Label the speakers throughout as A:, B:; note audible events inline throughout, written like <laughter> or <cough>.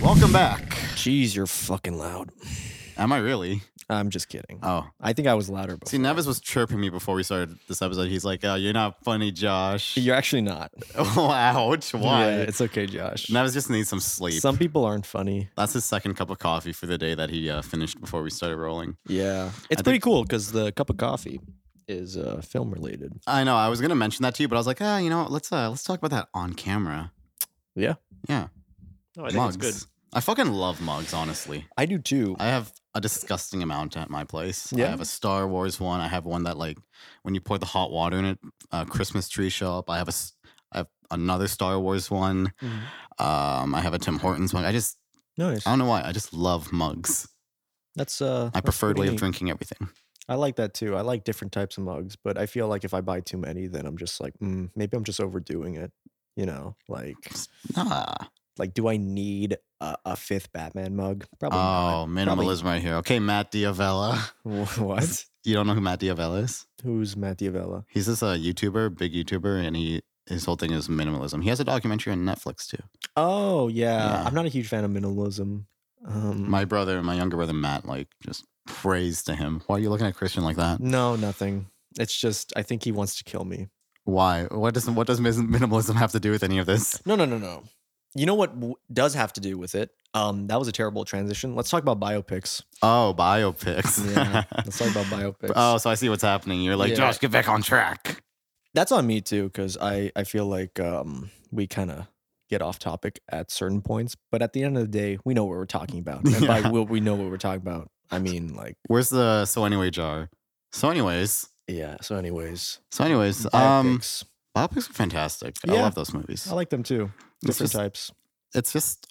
A: Welcome back.
B: Jeez, you're fucking loud.
A: Am I really?
B: I'm just kidding.
A: Oh.
B: I think I was louder before.
A: See, Nevis was chirping me before we started this episode. He's like, oh, you're not funny,
C: <laughs>
A: Josh.
B: You're actually not.
A: oh, <laughs> ouch. Why?
B: Yeah, it's okay, Josh.
A: Nevis just needs some sleep.
B: Some people aren't funny.
A: That's his second cup of coffee for the day that he uh, finished before we started rolling.
B: Yeah. It's
A: I
B: pretty cool because the cup of coffee is uh, film related.
A: I know. I was gonna mention that to you, but I was like, ah, you know, what, let's uh, let's talk about that on camera.
B: Yeah.
A: Yeah.
B: Oh,
C: No, I think
A: mugs.
C: it's good.
A: I fucking love mugs. Honestly,
B: I do too.
A: I have a disgusting amount at my place.
B: Yeah?
A: I have a Star Wars one. I have one that like when you pour the hot water in it, uh, Christmas tree show up. I have a s- I have another Star Wars one.
B: Mhm.
A: Um, I have a Tim Hortons mug. I just
B: Nice.
A: I don't know why. I just love mugs.
B: That's uh
A: My
B: that's
A: preferred
B: pretty
A: way of
B: neat.
A: drinking everything.
B: I like that too. I like different types of mugs, but I feel like if I buy too many, then I'm just like, mm, maybe I'm just overdoing it. You know, like,
A: Nah.
B: like, do I need a, a fifth Batman mug? Probably
A: Oh, minimalism right here. Okay, Matt Diavella. <laughs>
B: not. <laughs> What?
A: You don't know who Matt Diavella is?
B: Who's Matt Diavella?
A: He's this uh, YouTuber, big YouTuber, and he his whole thing is minimalism. He has a documentary on Netflix too.
B: Oh yeah.
A: Yeah.
B: I'm not a huge fan of minimalism. Um,
A: My brother, my younger brother Matt, like just prays to him. Why are you looking at Christian like that?
B: no, nothing. It's just I think he wants to kill me.
A: Why? What does what does mis- minimalism have to do with any of this?
B: No, no, no, no. You know what w- does have to do with it? Um, that was a terrible transition. Let's talk about biopics.
A: Oh, biopics. <laughs>
B: Yeah, let's talk about biopics.
A: Oh, so I see what's happening. You're like
B: Yeah.
A: Josh, get back on track.
B: That's on me too, because I I feel like um we kind of get off topic at certain points, but at the end of the day, we know what we're talking about. And
A: <laughs>
B: by
A: Yeah.
B: we, we know what we're talking about, I mean like
A: Where's the so anyway jar? So anyways,
B: yeah. So, anyways,
A: so anyways, um,
B: biopics.
A: biopics are fantastic. I
B: Yeah.
A: love those movies.
B: I like them too.
A: It's
B: Different
A: just-
B: types.
A: it's just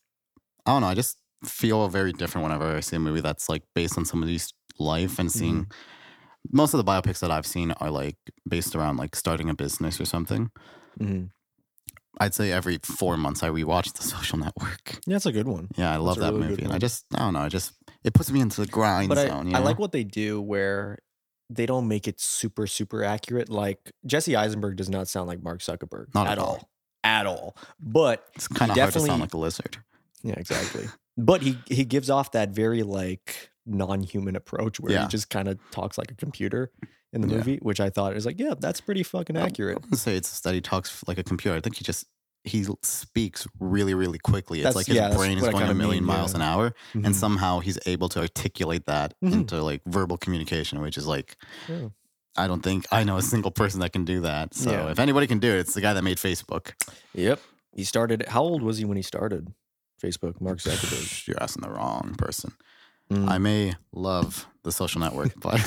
A: I don't know. I just feel very different whenever I see a movie that's like based on somebody's life and seeing.
B: Mm-hmm.
A: Most of the biopics that I've seen are like based around like starting a business or something.
B: Mhm.
A: I'd say every four months I rewatch The Social Network.
B: Yeah, that's a good one.
A: Yeah, I love
B: a
A: that
B: really good
A: movie. And I
B: one.
A: just I don't know. I just it puts me into the grind
B: but I,
A: zone. you
B: I like
A: know?
B: what they do where they don't make it super super accurate like jesse eisenberg does not sound like mark zuckerberg
A: Not at all.
B: at all but
A: it's kind of hard to sound
B: definitely-
A: like a lizard.
B: yeah exactly <laughs> but he he gives off that very like non-human approach where
A: Yeah.
B: he just kind of talks like a computer in the
A: Yeah.
B: movie which i thought is like yeah that's pretty fucking
A: Um,
B: accurate
A: I wouldn't say it's that he talks like a computer. I think he just he speaks really really quickly. It's
B: That's-
A: like his
B: yeah, that's
A: brain is
B: what I
A: going a
B: kinda
A: million
B: mean,
A: miles
B: yeah.
A: an hour.
B: Mhm.
A: and somehow he's able to articulate that
B: Mhm.
A: into like verbal communication which is like
B: Yeah.
A: i don't think i know a single person that can do that so
B: Yeah.
A: if anybody can do it it's the guy that made facebook
B: yep he started how old was he when he started facebook mark zuckerberg
A: you're asking the wrong person
B: Mm.
A: <laughs>
B: <laughs>
A: i may love the social network but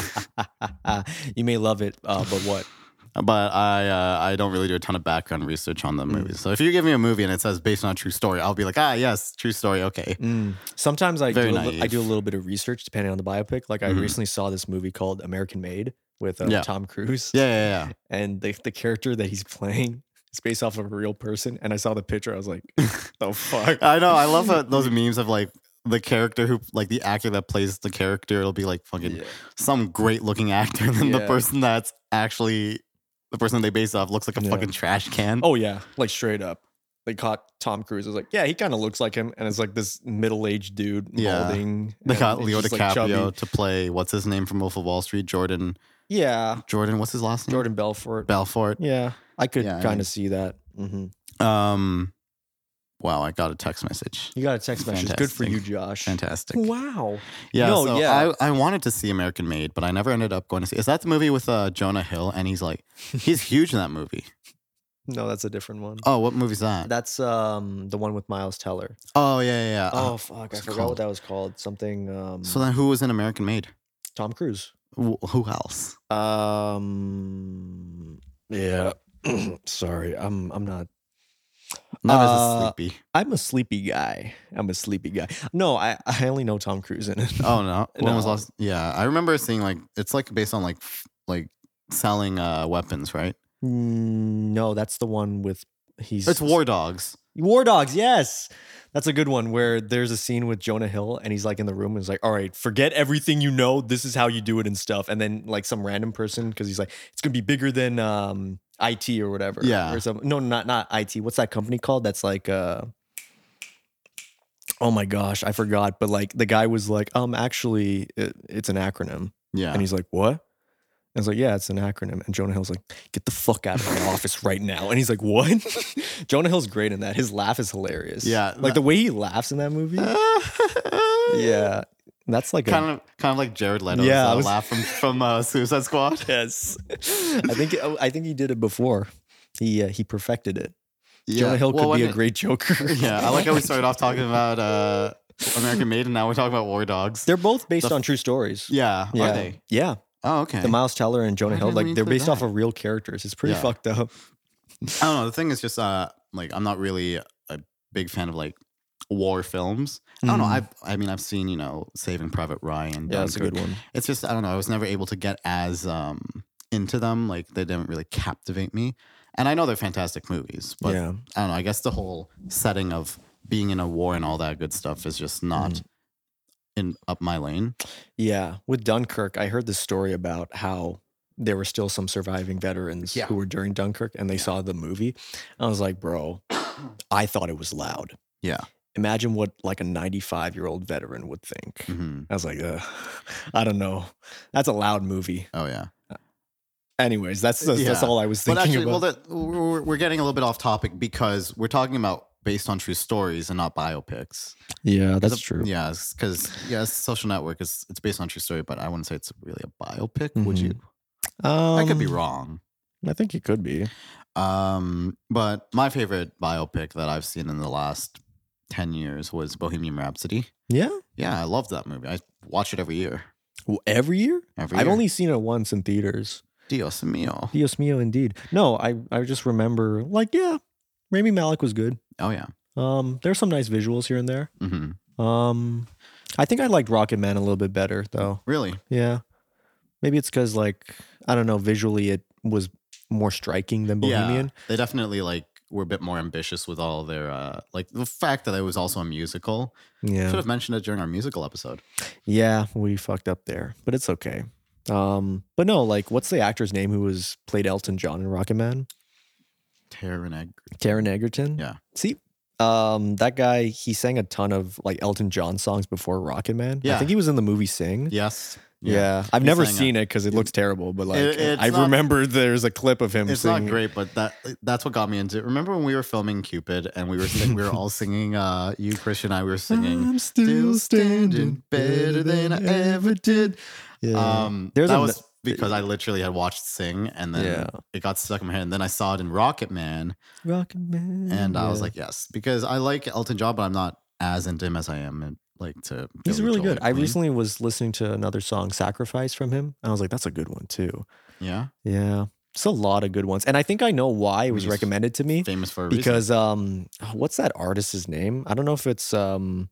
B: you may love it uh, but what
A: but i uh, i don't really do a ton of background research on the
B: Mm.
A: movies so if you give me a movie and it says based on a true story i'll be like ah yes true story okay
B: Mm. Sometimes I
A: Very
B: do a li- I do a
A: naive.
B: little bit of research depending on the biopic. Like I
A: Mhm.
B: recently saw this movie called American Made with uh,
A: Yeah.
B: Tom Cruise,
A: yeah yeah
B: <laughs>
A: yeah
B: and the the character that he's playing is based off of a real person. And I saw the picture, I was
A: <laughs>
B: like, the Oh, fuck.
A: i know i love
B: <laughs>
A: how those memes of like the character who like the actor that plays the character it'll be like fucking <laughs>
B: Yeah.
A: some great looking actor than the
B: Yeah.
A: person that's actually the person they base off looks like a
B: Yeah.
A: fucking trash can.
B: Oh yeah, like straight up. They caught Tom Cruise. I was like, yeah, he kind of looks like him, and it's like this middle aged dude
A: Yeah.
B: molding.
A: they got
B: and
A: Leo
B: he's just, like, chubby.
A: DiCaprio to play what's his name from Wolf of Wall Street, Jordan.
B: yeah,
A: Jordan, what's his last name?
B: Uh, Jordan Belfort.
A: Belfort.
B: yeah, I could
A: Mm. Yeah, I
B: kind of
A: mean-
B: see that. hmm
A: Um, wow, I got a text message.
B: You got a text message. Good for
A: Fantastic.
B: you, Josh.
A: Fantastic.
B: Wow.
A: Yeah,
B: No,
A: so
B: yeah.
A: I, I wanted to see American Made, but I never ended up going to see. Is that the movie with uh, Jonah Hill? And he's
B: <laughs>
A: like, he's huge in that movie.
B: No, that's a different one.
A: Oh, what movie's that?
B: That's um the one with Miles Teller.
A: oh yeah, yeah. yeah.
B: Oh
A: Uh,
B: fuck, I
A: what's it
B: forgot
A: called?
B: what that was called. Something um
A: so then, who was in American Made?
B: Tom Cruise.
A: Wh- who else?
B: Um
A: <clears throat>
B: yeah. Sorry, I'm I'm not
A: Not as
B: Uh,
A: a sleepy.
B: I'm a sleepy guy. I'm a sleepy guy. No, I I only know Tom Cruise in it.
A: Oh no! When was
B: No.
A: last? Yeah, I remember seeing like it's like based on like f- like selling uh weapons, right?
B: Mm, <laughs> no, that's the one with he's
A: It's War Dogs.
B: War Dogs, yes. That's a good one where there's a scene with Jonah Hill and he's like in the room and he's like, all right, forget everything you know. This is how you do it and stuff. And then like some random person, because he's like, it's gonna be bigger than um IT or whatever.
A: Yeah.
B: Or some no, not not IT. What's that company called? That's like uh oh my gosh, I forgot. But like the guy was like, um, actually, it, it's an acronym.
A: Yeah. <laughs>
B: And he's like, what? I was like, yeah, it's an acronym. And Jonah Hill's like, get the fuck out
A: <laughs>
B: of my office right now. And he's like, what? <laughs> Jonah Hill's great in that. His laugh is hilarious.
A: Yeah,
B: Like
A: that-
B: the way he laughs in
A: <laughs>
B: that movie. yeah. That's like
A: Kind
B: a.
A: of, kind of like Jared Leto's
B: Yeah, I
A: uh,
B: was-
A: laugh from from uh, Suicide Squad.
B: <laughs> Yes. I think oh, I think he did it before. He uh, he perfected it.
A: Yeah.
B: Jonah Hill
A: Well,
B: could be
A: when
B: a
A: it-
B: great Joker.
A: <laughs> Yeah, I
B: <laughs>
A: like how we started off talking about uh, American Made, and now we're talking about War Dogs.
B: They're both based
A: The-
B: on true stories.
A: Yeah,
B: yeah.
A: are they?
B: Yeah.
A: Oh, okay.
B: The Miles Teller and Jonah
A: Why
B: Hill,
A: didn't we
B: like they're
A: include
B: based off
A: that?
B: of real characters. It's pretty
A: Yeah.
B: fucked up.
A: I don't know. The thing is just uh, like I'm not really a big fan of like war films. I don't know. I I mean I've seen you know Saving Private Ryan.
B: Mm. yeah, Mm-hmm. that's a
A: Dunkirk.
B: good one.
A: It's just I don't know. I was never able to get as um into them. Like they didn't really captivate me. And I know they're fantastic movies, but
B: yeah.
A: I don't know. I guess the whole setting of being in a war and all that good stuff is just not
B: Mm-hmm.
A: in up my lane.
B: Yeah. With Dunkirk, I heard this story about how there were still some surviving veterans
A: Yeah.
B: who were during Dunkirk and they saw the movie. I was like,
A: <clears throat>
B: bro, I thought it was loud.
A: Yeah.
B: Imagine what like a 95 year old veteran would think.
A: Mhm.
B: I was like, Ugh, <laughs> I don't know. That's a loud movie.
A: Oh yeah.
B: Anyways, that's that's, that's
A: Uh, Yeah.
B: all I was
A: But
B: thinking
A: actually, well,
B: about.
A: that, we're, we're getting a little bit off topic because we're talking about based on true stories and not biopics.
B: yeah,
A: It's a- Yeah, because yes, Social Network is it's based on true story, but I wouldn't say it's really a biopic. Would you?
B: Um,
A: I could be wrong.
B: I think it could be.
A: Um, but my favorite biopic that I've seen in the last ten years was Bohemian Rhapsody.
B: Yeah.
A: Yeah, I love that movie. I watch it every year.
B: Well, every year?
A: Every
B: I've
A: year.
B: only seen it once in theaters.
A: Dios mio.
B: Dios mio, indeed. No, I, I just remember, like, yeah, Rami Malik was good.
A: Oh yeah.
B: Um, there's some nice visuals here and there.
A: hmm
B: Um, I think I liked Rocket Man a little bit better, though.
A: Really?
B: Yeah. Maybe it's because, like, I don't know, visually it was more striking than Bohemian.
A: Yeah, they definitely like were a bit more ambitious with all their uh like the fact that it was also a musical.
B: Yeah.
A: Should have mentioned it during our musical episode.
B: Yeah, we fucked up there, but it's okay. Um, but no, like, what's the actor's name who was played Elton John in Rocket Man?
A: Taron Egerton.
B: Taron Egerton.
A: Yeah.
B: See, um, that guy he sang a ton of like Elton John songs before Rocket Man. I
A: Yeah.
B: think he was in the movie Sing.
A: Yes.
B: Yeah, I've
A: He
B: never
A: sang a-
B: seen it because it looks terrible, but like
A: It- it's
B: I
A: not-
B: remember there's a clip of him
A: It's
B: singing.
A: not great, but that that's what got me into it. Remember when we were filming Cupid and we were sing- we were all singing uh you Christian and I were singing
B: I'm still standing
A: better than I ever did.
B: Yeah.
A: Um
B: There's
A: that
B: a-
A: was because I literally had watched Sing and then
B: Yeah.
A: it got stuck in my head and then I saw it in Rocket Man
B: Rocket Man.
A: and I was
B: Yeah.
A: like yes because I like Elton John but I'm not as into him as I am and like to
B: He's
A: Billy
B: really
A: Joel
B: good. I
A: McLean.
B: recently was listening to another song, Sacrifice, from him. And I was like, that's a good one too. <laughs>
A: yeah
B: Yeah. It's a lot of good ones. And I think I know why it was
A: He's
B: recommended to me.
A: famous for a reason.
B: Because um what's that artist's name? I don't know if it's um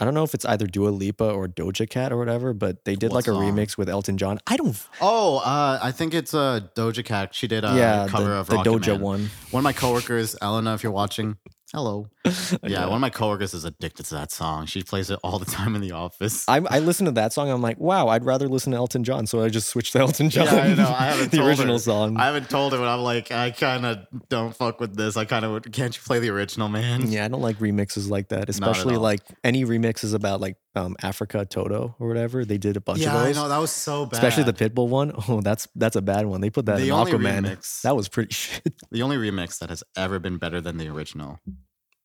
B: I don't know if it's either Dua Lipa or Doja Cat or whatever, but they did
A: What
B: like a
A: song?
B: remix with Elton John. I don't
A: Oh, uh, I think it's uh, Doja Cat. She did a
B: yeah,
A: cover
B: the,
A: of
B: the
A: Rocket
B: Doja
A: Man.
B: one. <laughs>
A: One of my coworkers, Elena, if you're watching, hello. Yeah,
B: Yeah.
A: one of my coworkers is addicted to that song. She plays it all the time in the office.
B: I, I listened to that song. I'm like, wow, I'd rather listen to Elton John. So I just switched to Elton John.
A: Yeah, I know.
B: <laughs>
A: I haven't
B: the
A: told
B: original
A: her.
B: song. Mm,
A: I haven't told her, but I'm like, I kind of don't fuck with this. I kind of can't you play the original, man?
B: Yeah, I don't like remixes like that, especially
A: all.
B: like any remixes about like um, Africa Toto or whatever. They did a bunch
A: Yeah,
B: of
A: I
B: those,
A: know that was so bad.
B: especially the Pitbull one. <laughs> Oh, that's that's a bad one. They put that
A: The
B: in
A: only
B: Aquaman.
A: remix-
B: That was pretty <laughs> shit.
A: the only remix that has ever been better than the original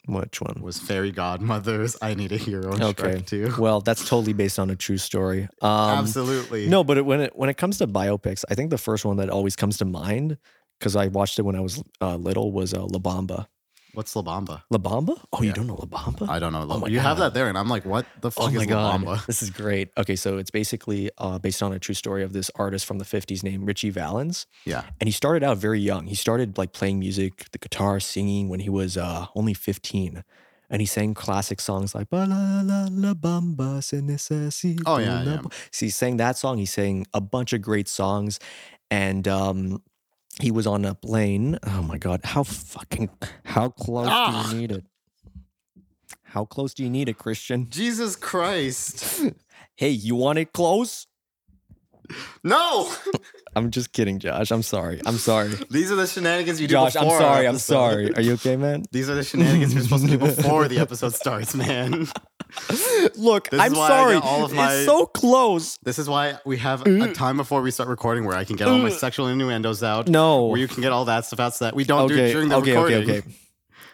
B: Which one?
A: was Fairy Godmother's "I Need a Hero" in
B: Okay.
A: Shrek 2.
B: Well, that's totally based on a true story. Um,
A: Absolutely.
B: No, but it, when it when it comes to biopics, I think the first one that always comes to mind because I watched it when I was uh, little was uh, La Bamba.
A: What's La Bamba?
B: La Bamba? Oh, you
A: Yeah.
B: don't know La Bamba?
A: I don't know.
B: my
A: you have
B: God.
A: that there, and I'm like, what the fuck is La <laughs> Bamba?
B: Oh this is great. Okay, so it's basically uh, based on a true story of this artist from the '50s named Richie Valens,
A: Yeah.
B: and he started out very young. He started like playing music, the guitar, singing when he was uh, only 15, and he sang classic songs like "Ba La La La Bamba Se Necesita."
A: Oh, yeah,
B: la
A: yeah.
B: bo-" So he sang that song. He sang a bunch of great songs, and um, he was on a plane. Oh my God, how fucking how close
A: Ah.
B: do you need it? How close do you need it, Christian? <laughs>
A: Jesus Christ.
B: Hey, you want it close?
A: <laughs>
C: No,
B: I'm just kidding, Josh. I'm sorry. I'm
C: <laughs>
B: sorry.
C: these are the shenanigans you do.
B: Josh, I'm
C: before our
B: sorry. I'm
C: episode.
B: sorry. Are you
C: <laughs>
B: okay, man?
C: These are the shenanigans you're supposed to do
B: <laughs>
C: before the episode starts, man.
B: Look,
C: This is
B: I'm
C: why I
B: sorry.
C: got all of my-
B: It's so close.
C: This is why we have
B: Mm.
C: a time before we start recording where I can get all my sexual innuendos out.
B: No.
C: Where you can get all that stuff out so that we don't do
B: okay.
C: it during the
B: okay,
C: recording.
B: okay. Okay.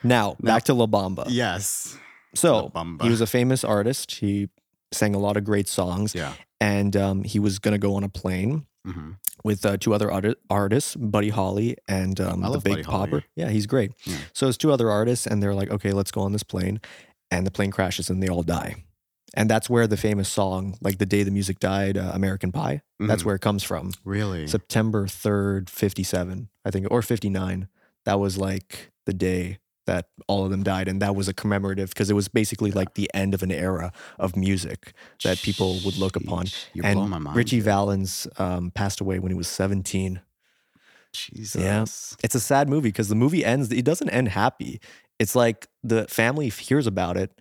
B: Now, back to La Bamba.
C: Yes.
B: So
A: La Bamba.
B: he was a famous artist. He sang a lot of great songs,
A: Yeah.
B: and um, he was gonna go on a plane
A: Mm-hmm.
B: with uh, two other art- artists, Buddy Holly and um,
A: Oh, I
B: the
A: love
B: Big
A: Buddy Holly.
B: Popper. Yeah, he's great.
A: Yeah.
B: So it's two other artists, and they're like, okay, let's go on this plane, and the plane crashes, and they all die. And that's where the famous song, like the day the music died, uh, American Pie.
A: Mm-hmm.
B: That's where it comes from.
A: really
B: September 3rd, 57, I think, or 59. That was like the day that all of them died. And that was a commemorative because it was basically like the end of an era of music that people would look upon.
A: Sheesh, You
B: and
A: blow my mind.
B: Richie Valens um, passed away when he was 17.
A: Jesus.
B: It's a sad movie because the movie ends, it doesn't end happy. It's like the family hears about it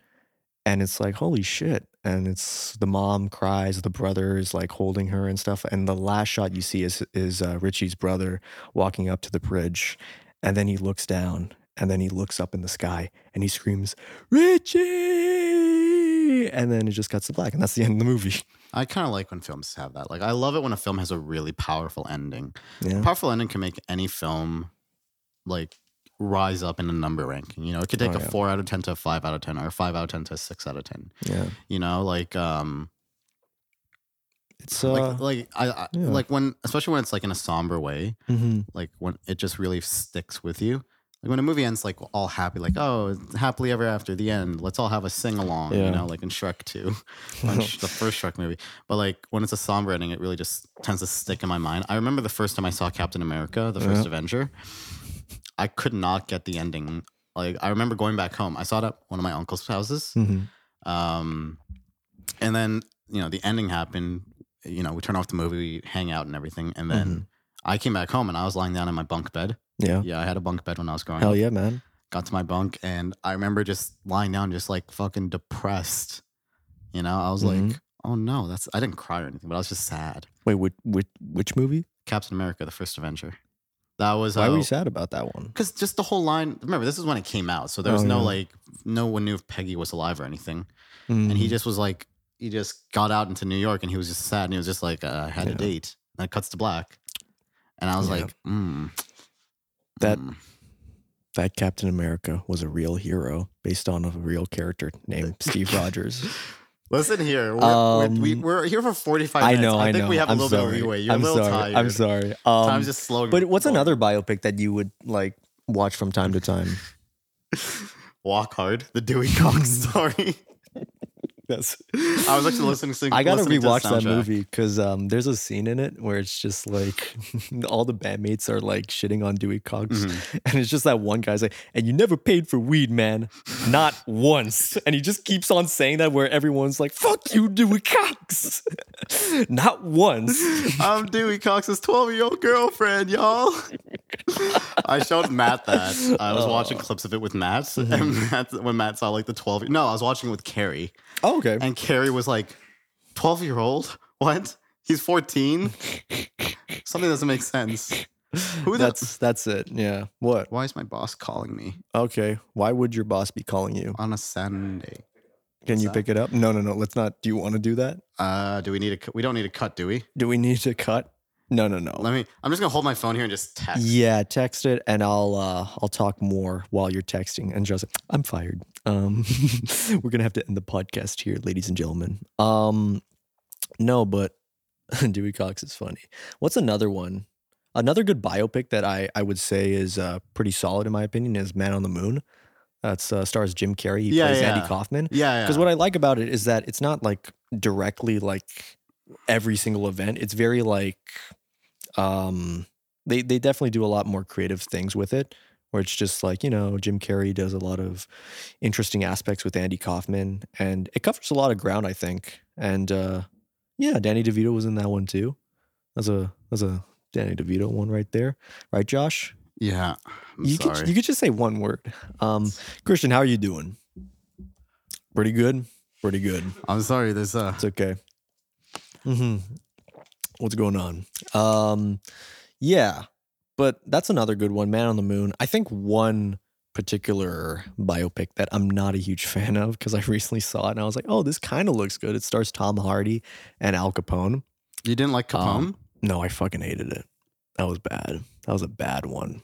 B: and it's like, holy shit. And it's the mom cries, the brother is like holding her and stuff. And the last shot you see is, is uh, Richie's brother walking up to the bridge. And then he looks down and then he looks up in the sky and he screams, Richie. And then it just cuts to black. And that's the end of the movie. <laughs>
A: I kind of like when films have that. Like, I love it when a film has a really powerful ending.
B: Yeah.
A: Powerful ending can make any film like rise up in a number ranking. You know, it could take
B: Oh,
A: a
B: yeah.
A: four out of ten to a five out of ten, or a five out of ten to a six out of ten.
B: Yeah.
A: You know, like um,
B: It's uh,
A: like like I, I
B: yeah.
A: like when especially when it's like in a somber way,
B: mhm.
A: like when it just really sticks with you. Like when a movie ends like all happy, like oh happily ever after the end. Let's all have a sing along,
B: Yeah.
A: you know, like in Shrek
B: <laughs>
A: Two, <laughs> on Sh- the first Shrek movie. But like when it's a somber ending, it really just tends to stick in my mind. I remember the first time I saw Captain America, the first
B: Yeah.
A: Avenger. I could not get the ending. Like I remember going back home. I saw it at one of my uncle's houses.
B: Mhm.
A: Um, and then you know the ending happened. You know we turn off the movie, hang out, and everything. And then I came back home and I was lying down in my bunk bed.
B: Mm-hmm. yeah.
A: Yeah, I had a bunk bed when I was growing
B: Hell
A: up.
B: yeah, man.
A: Got to my bunk and I remember just lying down, just like fucking depressed. You know, I was like,
B: Mhm.
A: oh no, that's I didn't cry or anything, but I was just sad.
B: Wait, which, which, which movie?
A: Captain America: The First Avenger. That was
B: Why
A: how-
B: were you sad about that one?
A: Because just the whole line. Remember, this is when it came out, so there was
B: Oh,
A: no
B: yeah.
A: like, no one knew if Peggy was alive or anything. And
B: Hmm. Mm-hmm.
A: he just was like, he just got out into New York, and he was just sad, and he was just like, uh, I had
B: Yeah.
A: a date, and it cuts to black, and I was
B: Yeah.
A: like, mm,
B: That-
A: mm.
B: that Captain America was a real hero based on a real character
A: <laughs>
B: named Steve Rogers.
A: Listen here, we're, we're, we,
B: Um,
A: we're here for forty five
B: I
A: minutes.
B: know, I,
A: think
B: know.
A: we have a
B: I'm
A: little
B: sorry.
A: bit of leeway. You're
B: I'm
A: a little
B: sorry.
A: tired.
B: I'm sorry. Um,
A: Time's just slowing.
B: but what's
A: going.
B: another biopic that you would like watch from time to time?
A: <laughs> Walk Hard, the Dewey
B: <laughs>
A: Cox story. <laughs>
B: Yes.
A: I was actually listening. to
B: I gotta
A: listening to the
B: rewatch that
A: soundtrack.
B: movie because um, there's a scene in it where it's just like <laughs> all the bandmates are like shitting on Dewey Cox,
A: Mm-hmm.
B: <laughs> and it's just that one guy's like, "And you never paid for weed, man, not once." <laughs> And he just keeps on saying that where everyone's like, "Fuck you, Dewey Cox, <laughs>
A: <laughs>
B: not once."
A: I'm Dewey Cox's 12 year old girlfriend, y'all. <laughs> I showed Matt that. I was watching
B: Oh.
A: clips of it with Matt, and
B: Mm-hmm.
A: Matt, when Matt saw like the 12. No, I was watching it with Carrie,
B: Oh, <laughs> okay.
A: and Carrie was like, 12 year old? What? He's 14? Something doesn't make sense. Who the-
B: that's that's it. Yeah. What?
A: Why is my boss calling me
B: Okay. Why would your boss be calling you?
A: on a Sunday?
B: Can you pick it up? No, no, no. Let's not. Do you want to do that?
A: Uh, do we need a? cu- We don't need a cut, do we?
B: Do we need to cut? No, no, no.
A: Let me. I'm just gonna hold my phone here and just text.
B: Yeah, text it, and I'll uh, I'll talk more while you're texting. And Joe's like, I'm fired. Um, <laughs> we're gonna have to end the podcast here, ladies and gentlemen. Um, no, but <laughs> Dewey Cox is funny. What's another one? Another good biopic that I I would say is uh, pretty solid in my opinion is Man on the Moon. That's uh, stars Jim Carrey. He
A: Yeah,
B: plays
A: yeah.
B: Andy Kaufman.
A: Yeah.
B: Because what I like about it is that it's not like directly like every single event. It's very like um they they definitely do a lot more creative things with it. Where it's just like, you know, Jim Carrey does a lot of interesting aspects with Andy Kaufman and it covers a lot of ground, I think. And uh yeah, Danny DeVito was in that one too. That's a that's a Danny DeVito one right there. Right, Josh?
A: yeah. I'm
B: you
A: sorry.
B: could you could just say one word. Um, Christian, how are you doing? Pretty good. Pretty good.
A: I'm sorry. There's a.
B: It's okay. hmm what's going on. Um, yeah, but that's another good one. Man on the Moon. I think one particular biopic that I'm not a huge <laughs> fan of because I recently saw it and I was like, oh, this kind of looks good. It stars Tom Hardy and Al Capone.
A: You didn't like Capone?
B: Um, No, I fucking hated it. That was bad. That was a bad one.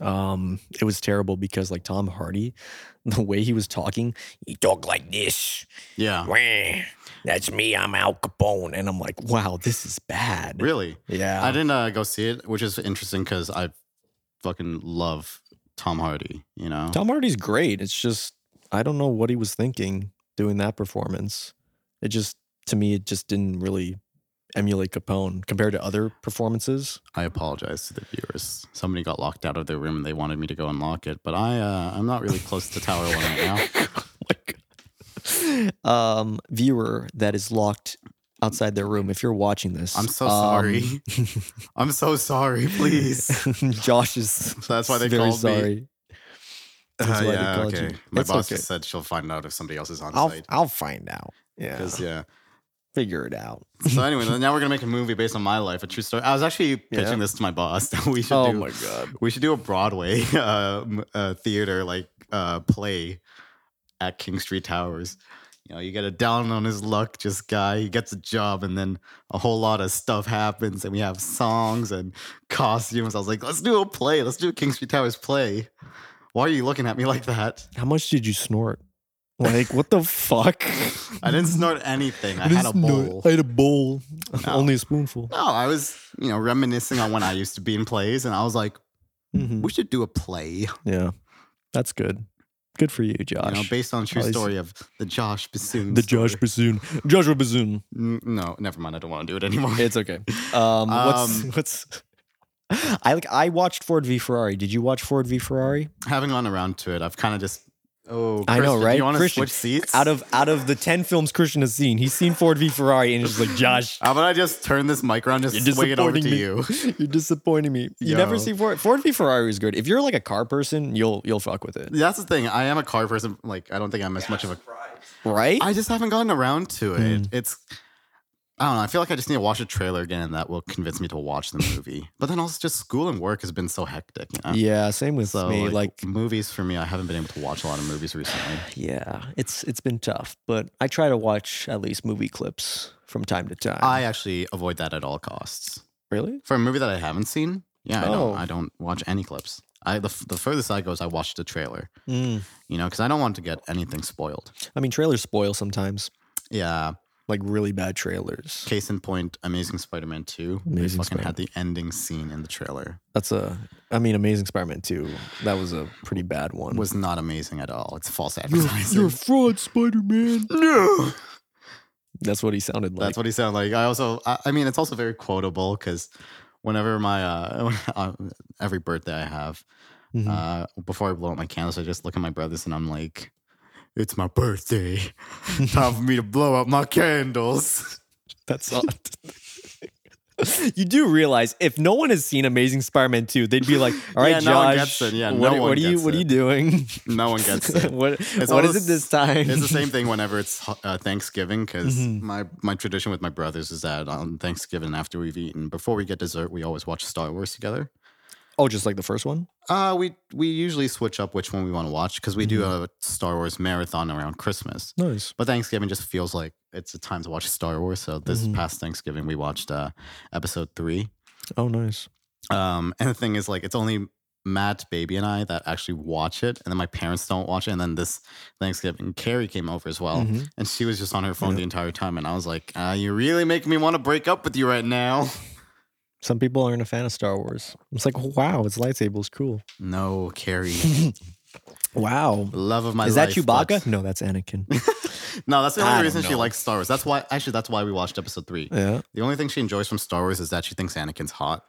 B: Um, it was terrible because like Tom Hardy, <laughs> the way he was talking, he talked like this.
A: yeah.
B: Wah, That's me. I'm Al Capone, and I'm like, wow, this is bad.
A: Really?
B: Yeah,
A: I didn't uh, go see it, which is interesting because I fucking love Tom Hardy, you know?
B: Tom Hardy's great. It's just I don't know what he was thinking doing that performance. It just to me, it just didn't really emulate Capone compared to other performances.
A: I apologize to the viewers. Somebody got locked out of their room. They wanted me to go unlock it, but I, uh, I'm not really close to Tower 1 right
B: <laughs>
A: now.
B: Like, Oh um, viewer that is locked outside their room. If you're watching this,
A: I'm so
B: um,
A: sorry.
B: <laughs>
A: I'm so sorry, please.
B: Josh is
A: That's why they
B: very
A: called me.
B: sorry. That's
A: Uh,
B: why they
A: yeah,
B: called you.
A: okay. My
B: It's
A: boss
B: okay.
A: just said she'll find out if somebody else is on
B: I'll
A: site.
B: I'll find out. Yeah,
A: 'Cause, yeah.
B: figure it out.
A: So anyway, now we're gonna make a movie based on my life, a true story. I was actually pitching
B: Yeah.
A: this to my boss <laughs> that we should
B: Oh
A: do.
B: my god.
A: We should do a Broadway <laughs> uh, m- uh, theater like uh, play at King Street Towers. You know, you get a down on his luck just guy. He gets a job, and then a whole lot of stuff happens, and we have songs and costumes. I was like, let's do a play. Let's do a King Street Towers play. Why are you looking at me like that?
B: How much did you snort? Like what the fuk?
A: <laughs> I didn't snort
B: <laughs>
A: anything. I
B: didn't
A: had a
B: snort.
A: bowl.
B: I had a bowl.
A: No.
B: Only a
A: <laughs>
B: spoonful.
A: No, I was, you know, reminiscing on when I used to be in plays, and I was like,
B: Mhm.
A: we should do a play,
B: Yeah, that's good. Good for you, Josh.
A: you know, based on a true
B: Oh, he's-
A: story of the Josh Bassoon.
B: the Josh
A: story.
B: Bassoon, Joshua Bassoon.
A: N- No, never mind. I don't want to do it anymore.
B: It's okay. Um, what's
A: Um,
B: what's? I like. I watched Ford v Ferrari. Did you watch Ford v Ferrari?
A: <laughs> Having gone around to it, I've kind of just. Oh,
B: I know,
A: Christian, Do
B: right?
A: you want to
B: Christian,
A: switch seats?
B: Out of out of the ten films Christian has seen, he's seen Ford v Ferrari, and he's just like Josh.
A: <laughs> How about I just turn this mic around, just swing it over to
B: disappointing me.
A: you? <laughs>
B: You're disappointing me. You never
A: Yo.
B: see Ford. Ford v Ferrari is good. If you're like a car person, you'll you'll fuck with it,
A: That's the thing. I am a car person. Like, I don't think I'm as much of a.
B: right?
A: I just haven't gotten around to it.
B: Hmm.
A: It's. I don't know. I feel like I just need to watch a trailer again, and that will convince me to watch the
B: <laughs>
A: movie. but then also, just school and work has been so hectic. You know?
B: yeah, same with
A: So
B: me. Like,
A: movies for me, I haven't been able to watch a lot of movies recently.
B: yeah, it's it's been tough, but I try to watch at least movie clips from time to time.
A: I actually avoid that at all costs.
B: really?
A: For a movie that I haven't seen, yeah, I
B: Oh.
A: don't. I don't watch any clips. I the, f- the furthest I go is I watch the trailer,
B: Mm.
A: you know, because I don't want to get anything spoiled.
B: I mean, trailers spoil sometimes,
A: Yeah.
B: like really bad trailers.
A: Case in point, Amazing Spider-Man Two. they
B: Amazing
A: fucking had the ending scene in the trailer.
B: That's a. I mean, Amazing Spider-Man two. That was a pretty bad one.
A: Was not amazing at all. It's false
B: <laughs> you're,
A: advertising.
B: you're a fraud, Spider-Man?
A: no.
B: That's what he sounded like.
A: That's what he sounded like. I also, I, I mean, it's also very quotable because whenever my uh, uh, <laughs> every birthday I have,
B: Mhm.
A: uh, before I blow out my candles, I just look at my brothers and I'm like, "It's my birthday. Time for me to blow out my candles."
B: That's not. <laughs> you do realize if no one has seen Amazing Spider-Man 2, they'd be like, "All right,
A: Yeah,
B: Josh,
A: no one gets it. Yeah, no
B: what,
A: one
B: what are you
A: gets
B: what are
A: it.
B: you doing?
A: No one
B: <laughs>
A: gets it.
B: what what
A: all
B: is
A: this-
B: it this time?"
A: It's the same thing whenever it's uh, Thanksgiving because
B: Mhm.
A: my my tradition with my brothers is that on Thanksgiving after we've eaten, before we get dessert, we always watch Star Wars together.
B: oh, just like the first one.
A: Uh, we we usually switch up which one we want to watch because we do a Star Wars marathon around Christmas.
B: Nice.
A: But Thanksgiving just feels like it's a time to watch Star Wars. So this
B: Mhm.
A: past Thanksgiving, we watched uh, episode three.
B: Oh, nice.
A: Um, and the thing is, like, it's only Matt, baby, and I that actually watch it, and then my parents don't watch it. And then this Thanksgiving, Carrie came over as well,
B: Mhm.
A: and she was just on her phone the entire time. And I was like, uh, "You really make me want to break up with you right now."
B: Some people aren't a fan of Star Wars. It's like, wow, it's lightsabers, cool.
A: no,
B: <laughs>
A: Carrie,
B: Wow.
A: love of my
B: is that
A: life,
B: Chewbacca?
A: but-
B: No, that's Anakin.
A: <laughs> No, that's the
B: I
A: only
B: don't
A: reason she
B: know.
A: likes Star Wars. That's why actually that's why we watched episode three.
B: yeah.
A: The only thing she enjoys from Star Wars is that she thinks Anakin's hot.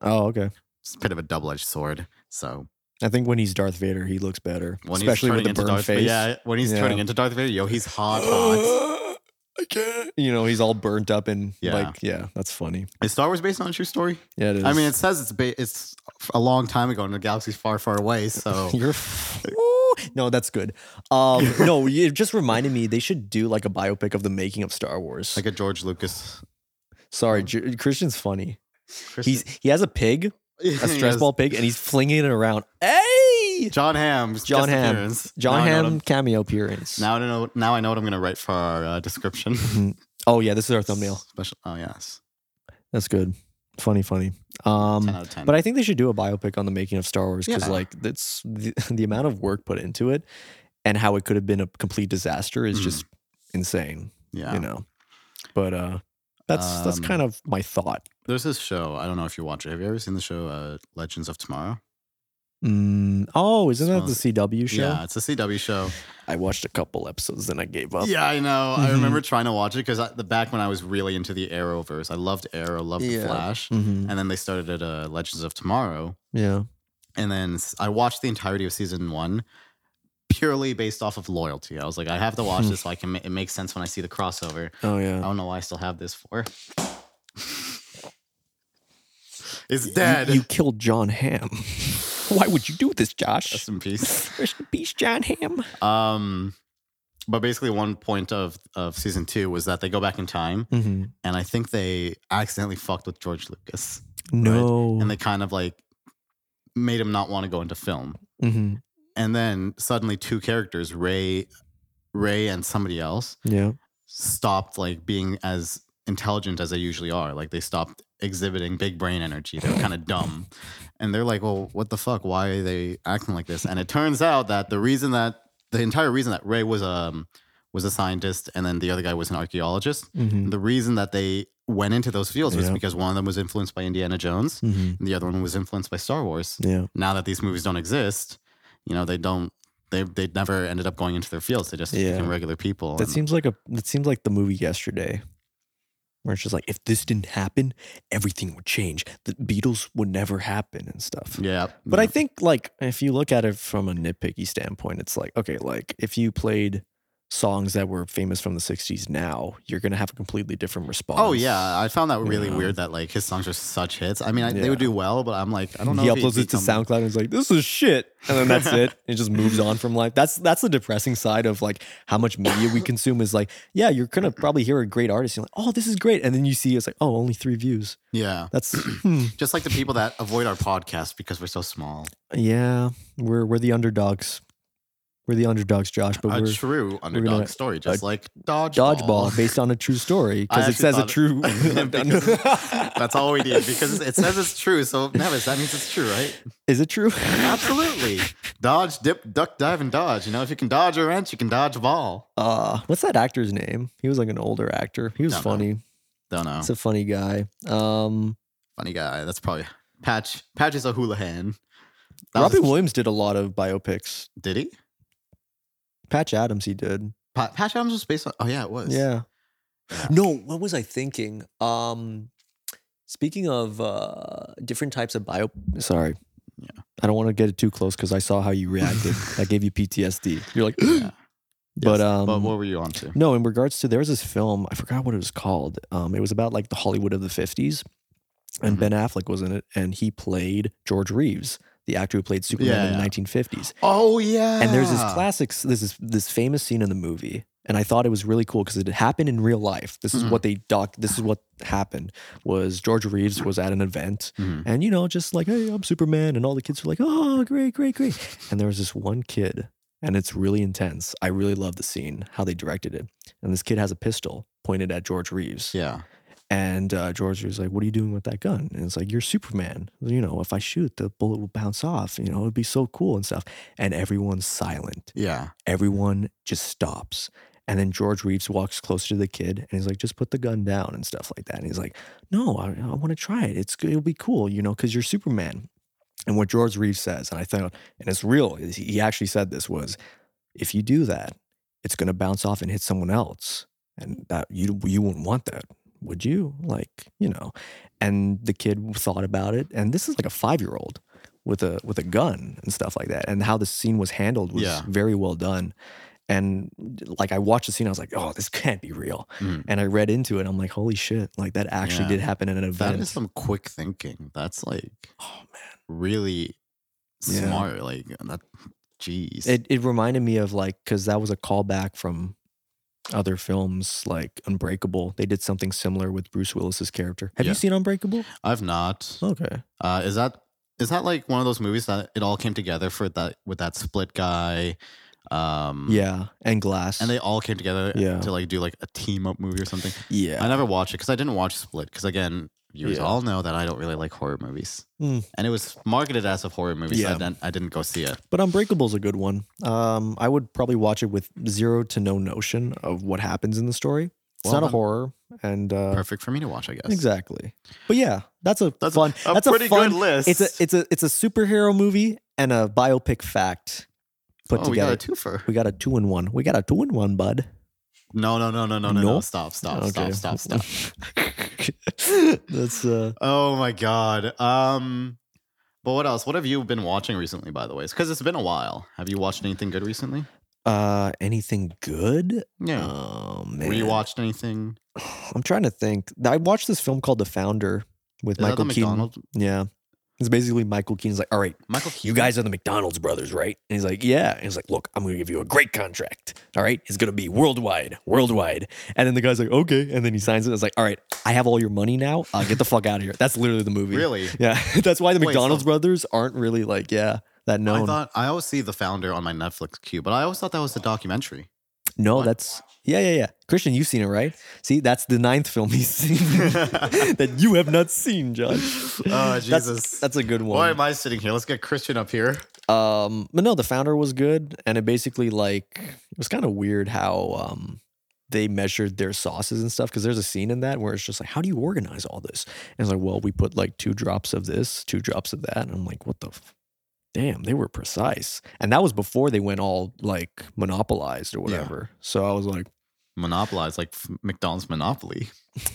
B: Oh, okay.
A: It's a bit of a double edged sword. So
B: I think when he's Darth Vader, he looks better,
A: when
B: especially
A: he's turning
B: with the
A: into
B: burn
A: Darth Vader,
B: face. <gasps>
A: yeah, when he's
B: Yeah.
A: turning into Darth Vader, yo, he's
B: <gasps>
A: hot, hot.
B: I can't. You know, he's all burnt up and
A: Yeah.
B: like, yeah, that's funny.
A: is Star Wars based on a true story?
B: Yeah, it is.
A: I mean, it says it's ba- it's a long time ago in a galaxy far, far away.
B: <laughs>
A: So <laughs>
B: you're. f- Ooh. no, that's good. Um, no, it just reminded me they should do like a biopic of the making of Star Wars.
A: like a George Lucas
B: Sorry, J- Christian's funny.
C: Kristen-
B: He's he has
A: <laughs>
B: a pig, a stress ball pig, and <laughs> he's flinging it around. Hey,
A: John Ham's
B: John
A: guest
B: Hamm.
A: appearance.
B: John
A: Now I know what
B: Hamm
A: I'm-
B: cameo appearance.
A: Now I know. Now I know what I'm gonna write for our uh,
B: <laughs>
A: description.
B: oh yeah, this is our thumbnail.
A: <laughs> Special. Oh yes.
B: That's good. Funny, funny. Um,
A: Ten out of ten.
B: But I think they should do a biopic on the making of Star Wars because,
A: Yeah.
B: like, that's the, <laughs> the amount of work put into it and how it could have been a complete disaster is
A: Mhm.
B: just insane,
A: yeah.
B: you know. But uh, that's that's
A: Um,
B: kind of my thought.
A: There's this show. I don't know if you watch it. Have you ever seen the show uh, Legends of Tomorrow?
B: Mm, oh, isn't that the
A: Smells-
B: CW show?
A: Yeah, it's a CW show.
B: I watched a couple episodes, then I gave up.
A: Yeah, I know. I
B: Mhm.
A: remember trying to watch it because the back when I was really into the Arrowverse, I loved Arrow, loved
B: Yeah.
A: the Flash,
B: Mhm,
A: and then they started at uh, Legends of Tomorrow,
B: yeah.
A: and then s- I watched the entirety of season one purely based off of loyalty. I was like, I have to watch this so I can. Ma- it makes sense when I see the crossover.
B: Oh,
A: I
B: yeah.
A: don't know why I still have this for. <laughs> it's
B: You-
A: dead.
B: You, killed John Ham. Why would you do this, Josh?
A: <laughs> Rest in peace.
B: Rest in peace, John Ham.
A: Um, but basically, one point of of season two was that they go back in time,
B: Mm-hmm.
A: and I think they accidentally fucked with George Lucas,
B: No.
A: and they kind of like made him not want to go into film.
B: hmm
A: And then suddenly, two characters, Ray, Ray, and somebody else,
B: Yeah.
A: stopped like being as intelligent as they usually are. Like they stopped exhibiting big brain energy. They were kind of dumb. And they're like, well, what the fuck? Why are they acting like this? And it turns out that the reason that the entire reason that Ray was um was a scientist and then the other guy was an archaeologist,
B: hmm
A: the reason that they went into those fields was
B: Yeah.
A: because one of them was influenced by Indiana Jones
B: hmm
A: and the other one was influenced by Star Wars.
B: Yeah.
A: Now that these movies don't exist, you know, they don't they they never ended up going into their fields. They just
B: Yeah.
A: became regular people.
B: That
A: and-
B: seems like a that seems like the movie yesterday. Where it's just like if this didn't happen, everything would change. The Beatles would never happen and stuff.
A: yeah.
B: But I think like if you look at it from a nitpicky standpoint, it's like, okay, like if you played songs that were famous from the 60s now, you're gonna have a completely different response.
A: Oh yeah, I found that really
B: Yeah.
A: weird that like his songs are such hits. I mean, I,
B: Yeah.
A: they would do well, but I'm like, I don't know.
B: He
A: if
B: uploads it to
A: become-
B: SoundCloud and is like, "This is shit," and then that's it. It just moves on from life. That's that's the depressing side of like how much media we consume. Is like, yeah, you're gonna probably hear a great artist, you're like, "Oh, this is great," and then you see it's like, "Oh, only three views."
A: Yeah, <clears throat>
B: That's hmm.
A: just like the people that avoid our podcast because we're so small.
B: yeah, we're we're the underdogs. We're the underdogs, Josh. But
A: a
B: we're
A: true underdog
B: gonna-
A: story, just like dodgeball.
B: dodgeball based on a true story because it
A: actually
B: says a
A: thought-
B: true.
A: <laughs>
B: <laughs>
A: Because <laughs> That's all we need because it says it's true. So Nevis, that means it's true, right?
B: is it true?
A: Absolutely. Dodge, dip, duck, dive, and dodge. You know, if you can dodge a wrench, you can dodge a ball.
B: <laughs> Uh, what's that actor's name? He was like an older actor. He was
A: Don't know.
B: funny.
A: Don't know.
B: It's a funny guy. Um,
A: Funny guy. That's probably Patch. Patch is a Houlihan. That was
B: Robbie
A: his-
B: Williams did a lot of biopics.
A: Did he?
B: Patch Adams, he did.
A: Pa- Patch Adams was based on. Oh yeah, it was.
B: Yeah.
A: Yeah.
B: No, what was I thinking? Um, speaking of uh, different types of bio. Sorry.
A: Yeah.
B: I don't want to get it too close because I saw how
A: <laughs>
B: you reacted. that gave you PTSD. You're like, <clears throat>
A: Yeah.
B: <gasps> but
A: Yes,
B: um,
A: but what were you on to?
B: No, in regards to there was this film, I forgot what it was called. Um, it was about like the Hollywood of the 50s, and
A: Mhm.
B: Ben Affleck was in it, and he played George Reeves, the actor who played Superman
A: Yeah,
B: in the
A: yeah.
B: 1950s.
A: Oh yeah.
B: And there's this classic, this is this famous scene in the movie, and I thought it was really cool because it happened in real life. This is
A: Mhm.
B: what they doc. This is what happened was George Reeves was at an event,
A: Mhm.
B: and you know, just like, hey, I'm Superman, and all the kids were like, oh, great, great, great. And there was this one kid, and it's really intense. I really love the scene how they directed it. And this kid has a pistol pointed at George Reeves,
A: Yeah.
B: and uh, George Reeves is like, what are you doing with that gun? And it's like, you're Superman. You know, if I shoot, the bullet will bounce off. You know, it'd be so cool and stuff. And everyone's silent
A: Yeah.
B: everyone just stops. And then George Reeves walks closer to the kid and he's like, just put the gun down and stuff like that. And he's like, no, I, I want to try it. It's good. It'll be cool, you know, because you're Superman. And what George Reeves says, and I thought, and it's real, is he he actually said this was, if you do that, it's going to bounce off and hit someone else. And that you, you wouldn't want that, would you? Like, you know. And the kid thought about it. And this is like a five year old with a with a gun and stuff like that. And how the scene was handled was
A: Yeah.
B: very well done. And like I watched the scene, I was like, "Oh, this <laughs> can't be real."
A: Mm.
B: And I read into it, I'm like, "Holy shit! Like that actually
A: Yeah.
B: did happen in an
A: That
B: event."
A: is some quick thinking. That's like
B: oh man,
A: really
B: Yeah.
A: smart. Like that. Jeez.
B: it it reminded me of like because that was a callback from other films like Unbreakable. They did something similar with Bruce Willis's character. Have you
A: Yeah.
B: seen Unbreakable?
A: I've not.
B: Okay.
A: Uh, is that is that like one of those movies that it all came together for that with that split guy? Um,
B: Yeah, Mm. and Glass.
A: and they all came together
B: Yeah.
A: to like do like a team up movie or something.
B: yeah.
A: I never watched it because I didn't watch Split because again, viewers
B: Yeah.
A: all know that I don't really like horror movies,
B: Mm.
A: and it was marketed as a horror movie, so
B: Yeah.
A: I didn't, I didn't go see it.
B: But Unbreakable's a good one. Um, I would probably watch it with zero to no notion of what happens in the story. It's
A: Well,
B: not a
A: then-
B: horror, and uh,
A: Perfect for me to watch, I guess.
B: exactly. But yeah, that's a
C: That's
B: fun.
C: a
B: that's
C: pretty
B: a fun.
C: good list.
B: It's a it's a it's a superhero movie and a biopic fact put
A: oh,
B: together.
A: we got a twofer.
B: We got a two in one. We got a two in one, bud.
A: No, no, no, no, no, no,
B: No?
A: no. Stop, stop,
B: <laughs>
A: stop, stop, stop.
B: stop. <laughs> That's uh
A: oh my god. Um, but what else? What have you been watching recently, by the way? Because it's been a while. Have you watched anything good recently?
B: uh anything good?
A: Yeah.
B: Oh man.
A: Rewatched anything?
B: <sighs> I'm trying to think. I watched this film called The Founder with
A: Is
B: Michael
A: that the
B: Keaton.
A: McDonald's?
B: Yeah. It's basically Michael Keaton's like, all right,
A: Michael Keaton.
B: you guys are the McDonald's brothers, right? And he's like, yeah. And he's like, look, I'm going to give you a great contract. All right. It's going to be worldwide, worldwide. And then the guy's like, okay. And then he signs it. It's like, all right, I have all your money now. Uh, get the fuck out of here. That's literally the movie.
A: Really?
B: <laughs> Yeah. That's why the
A: Wait,
B: McDonald's
A: so-
B: brothers aren't really like, yeah, that known.
A: I thought I always see the founder on my Netflix queue, but I always thought that was a documentary.
B: no, that's, yeah, yeah, yeah. Christian, you've seen it, right? See, that's the ninth film
A: <laughs>
B: he's seen <laughs> that you have not seen, John.
A: Oh
B: That's-
A: Jesus!
B: That's, a good one.
A: Why am I sitting here? Let's get Christian up here.
B: Um, but no, the founder was good, and it basically like it was kind of weird how um they measured their sauces and stuff because there's a scene in that where it's just like, how do you organize all this? And it's like, well, we put like two drops of this, two drops of that, and I'm like, what the. F- Damn, they were precise. And that was before they went all like monopolized or whatever. So I was like,
A: Monopolize like f- McDonald's Monopoly.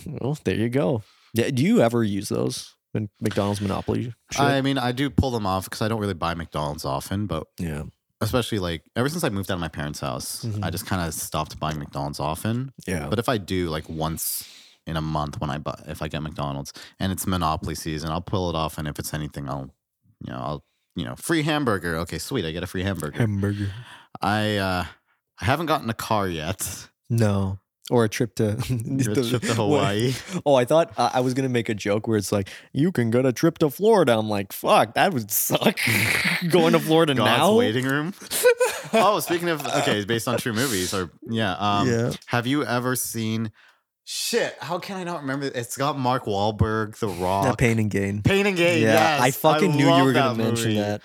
B: well, there you go. Yeah, do you ever use those? Mon- McDonald's Monopoly? shit?
A: I mean, I do pull them off because I don't really buy McDonald's often, but
B: yeah.
A: especially like ever since I moved out of my parents' house,
B: Mhm.
A: I just kind of stopped buying McDonald's often.
B: Yeah.
A: But if I do, like once in a month when I buy, if I get McDonald's and it's Monopoly season, I'll pull it off, and if it's anything, I'll, you know, I'll, you know, free hamburger. Okay, sweet, I get a free
B: <laughs>
A: hamburger.
B: Hamburger.
A: I, uh, I haven't gotten a car yet.
B: No. Or a trip to,
A: Your trip <laughs>
B: <laughs>
A: to Hawaii.
B: Oh, I thought uh, I was gonna make a joke where it's like you can get a trip to Florida. I'm like, fuck, that would suck. <laughs> Going to Florida
A: God's
B: now. <laughs>
A: waiting room. <laughs> oh, speaking of okay, it's based on true movies or yeah. Um,
B: Yeah.
A: Have you ever seen? Shit, how can I not remember? It's got Mark Wahlberg, The Rock,
B: That pain and gain.
A: Pain and Gain. yes.
B: I fucking knew you
A: love
B: were gonna
A: that
B: mention
A: movie.
B: that.